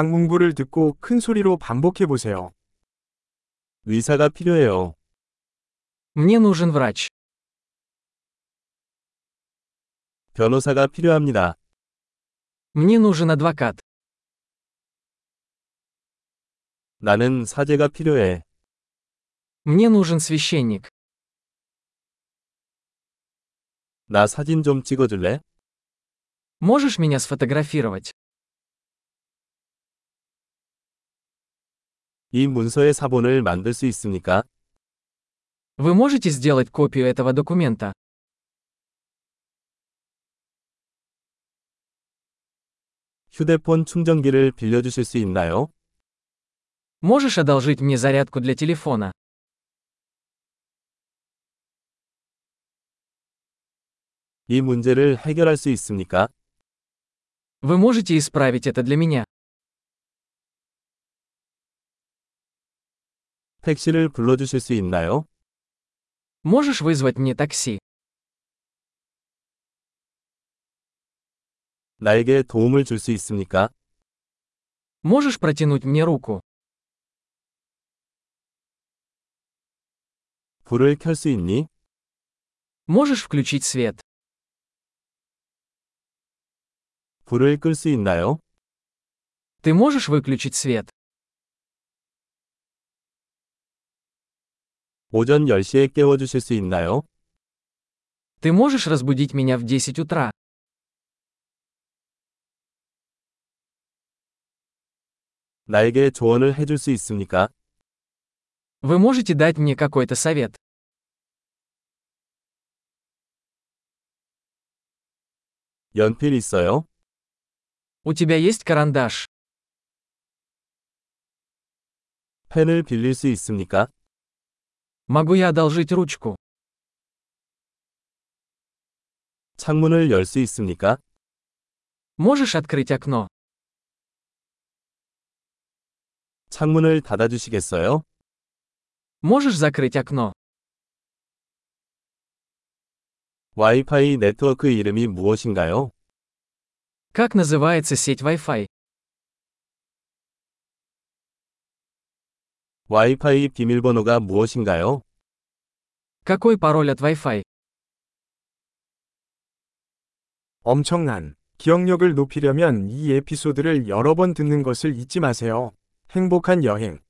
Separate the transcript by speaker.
Speaker 1: 강문부를 듣고 큰 소리로 반복해 보세요.
Speaker 2: 의사가 필요해요.
Speaker 3: Мне нужен врач.
Speaker 2: 변호사가 필요합니다.
Speaker 3: Мне нужен адвокат.
Speaker 2: 나는 사제가 필요해.
Speaker 3: Мне нужен священник.
Speaker 2: 나 사진 좀 찍어줄래?
Speaker 3: Можешь меня сфотографировать?
Speaker 2: 이 문서의 사본을 만들 수 있습니까?
Speaker 3: Вы можете сделать копию этого документа?
Speaker 2: 휴대폰 충전기를 빌려주실 수 있나요?
Speaker 3: Можешь одолжить мне зарядку для телефона?
Speaker 2: 이 문제를 해결할 수 있습니까?
Speaker 3: Вы можете исправить это для меня?
Speaker 2: 택시를 불러주실 수 있나요?
Speaker 3: Можешь вызвать мне такси?
Speaker 2: 나에게 도움을 줄 수 있습니까?
Speaker 3: Можешь протянуть мне руку?
Speaker 2: 불을 켤 수 있니?
Speaker 3: Можешь включить свет?
Speaker 2: 불을 끌 수 있나요?
Speaker 3: Ты можешь выключить свет?
Speaker 2: 오전 10시에 깨워주실 수 있나요?
Speaker 3: Ты можешь разбудить меня в 10 утра?
Speaker 2: 나에게 조언을 해줄 수 있습니까?
Speaker 3: Вы можете дать мне какой-то совет?
Speaker 2: 연필 있어요?
Speaker 3: У тебя есть карандаш?
Speaker 2: 펜을 빌릴 수 있습니까?
Speaker 3: Могу я одолжить ручку?
Speaker 2: 창문을 열 수 있습니까?
Speaker 3: Можешь открыть окно?
Speaker 2: 창문을 닫아주시겠어요?
Speaker 3: Можешь закрыть окно?
Speaker 2: 와이파이 네트워크 이름이 무엇인가요?
Speaker 3: Как называется сеть Wi-Fi?
Speaker 2: 와이파이 비밀번호가 무엇인가요?
Speaker 3: Какой пароль от Wi-Fi?
Speaker 1: 엄청난 기억력을 높이려면 이 에피소드를 여러 번 듣는 것을 잊지 마세요. 행복한 여행.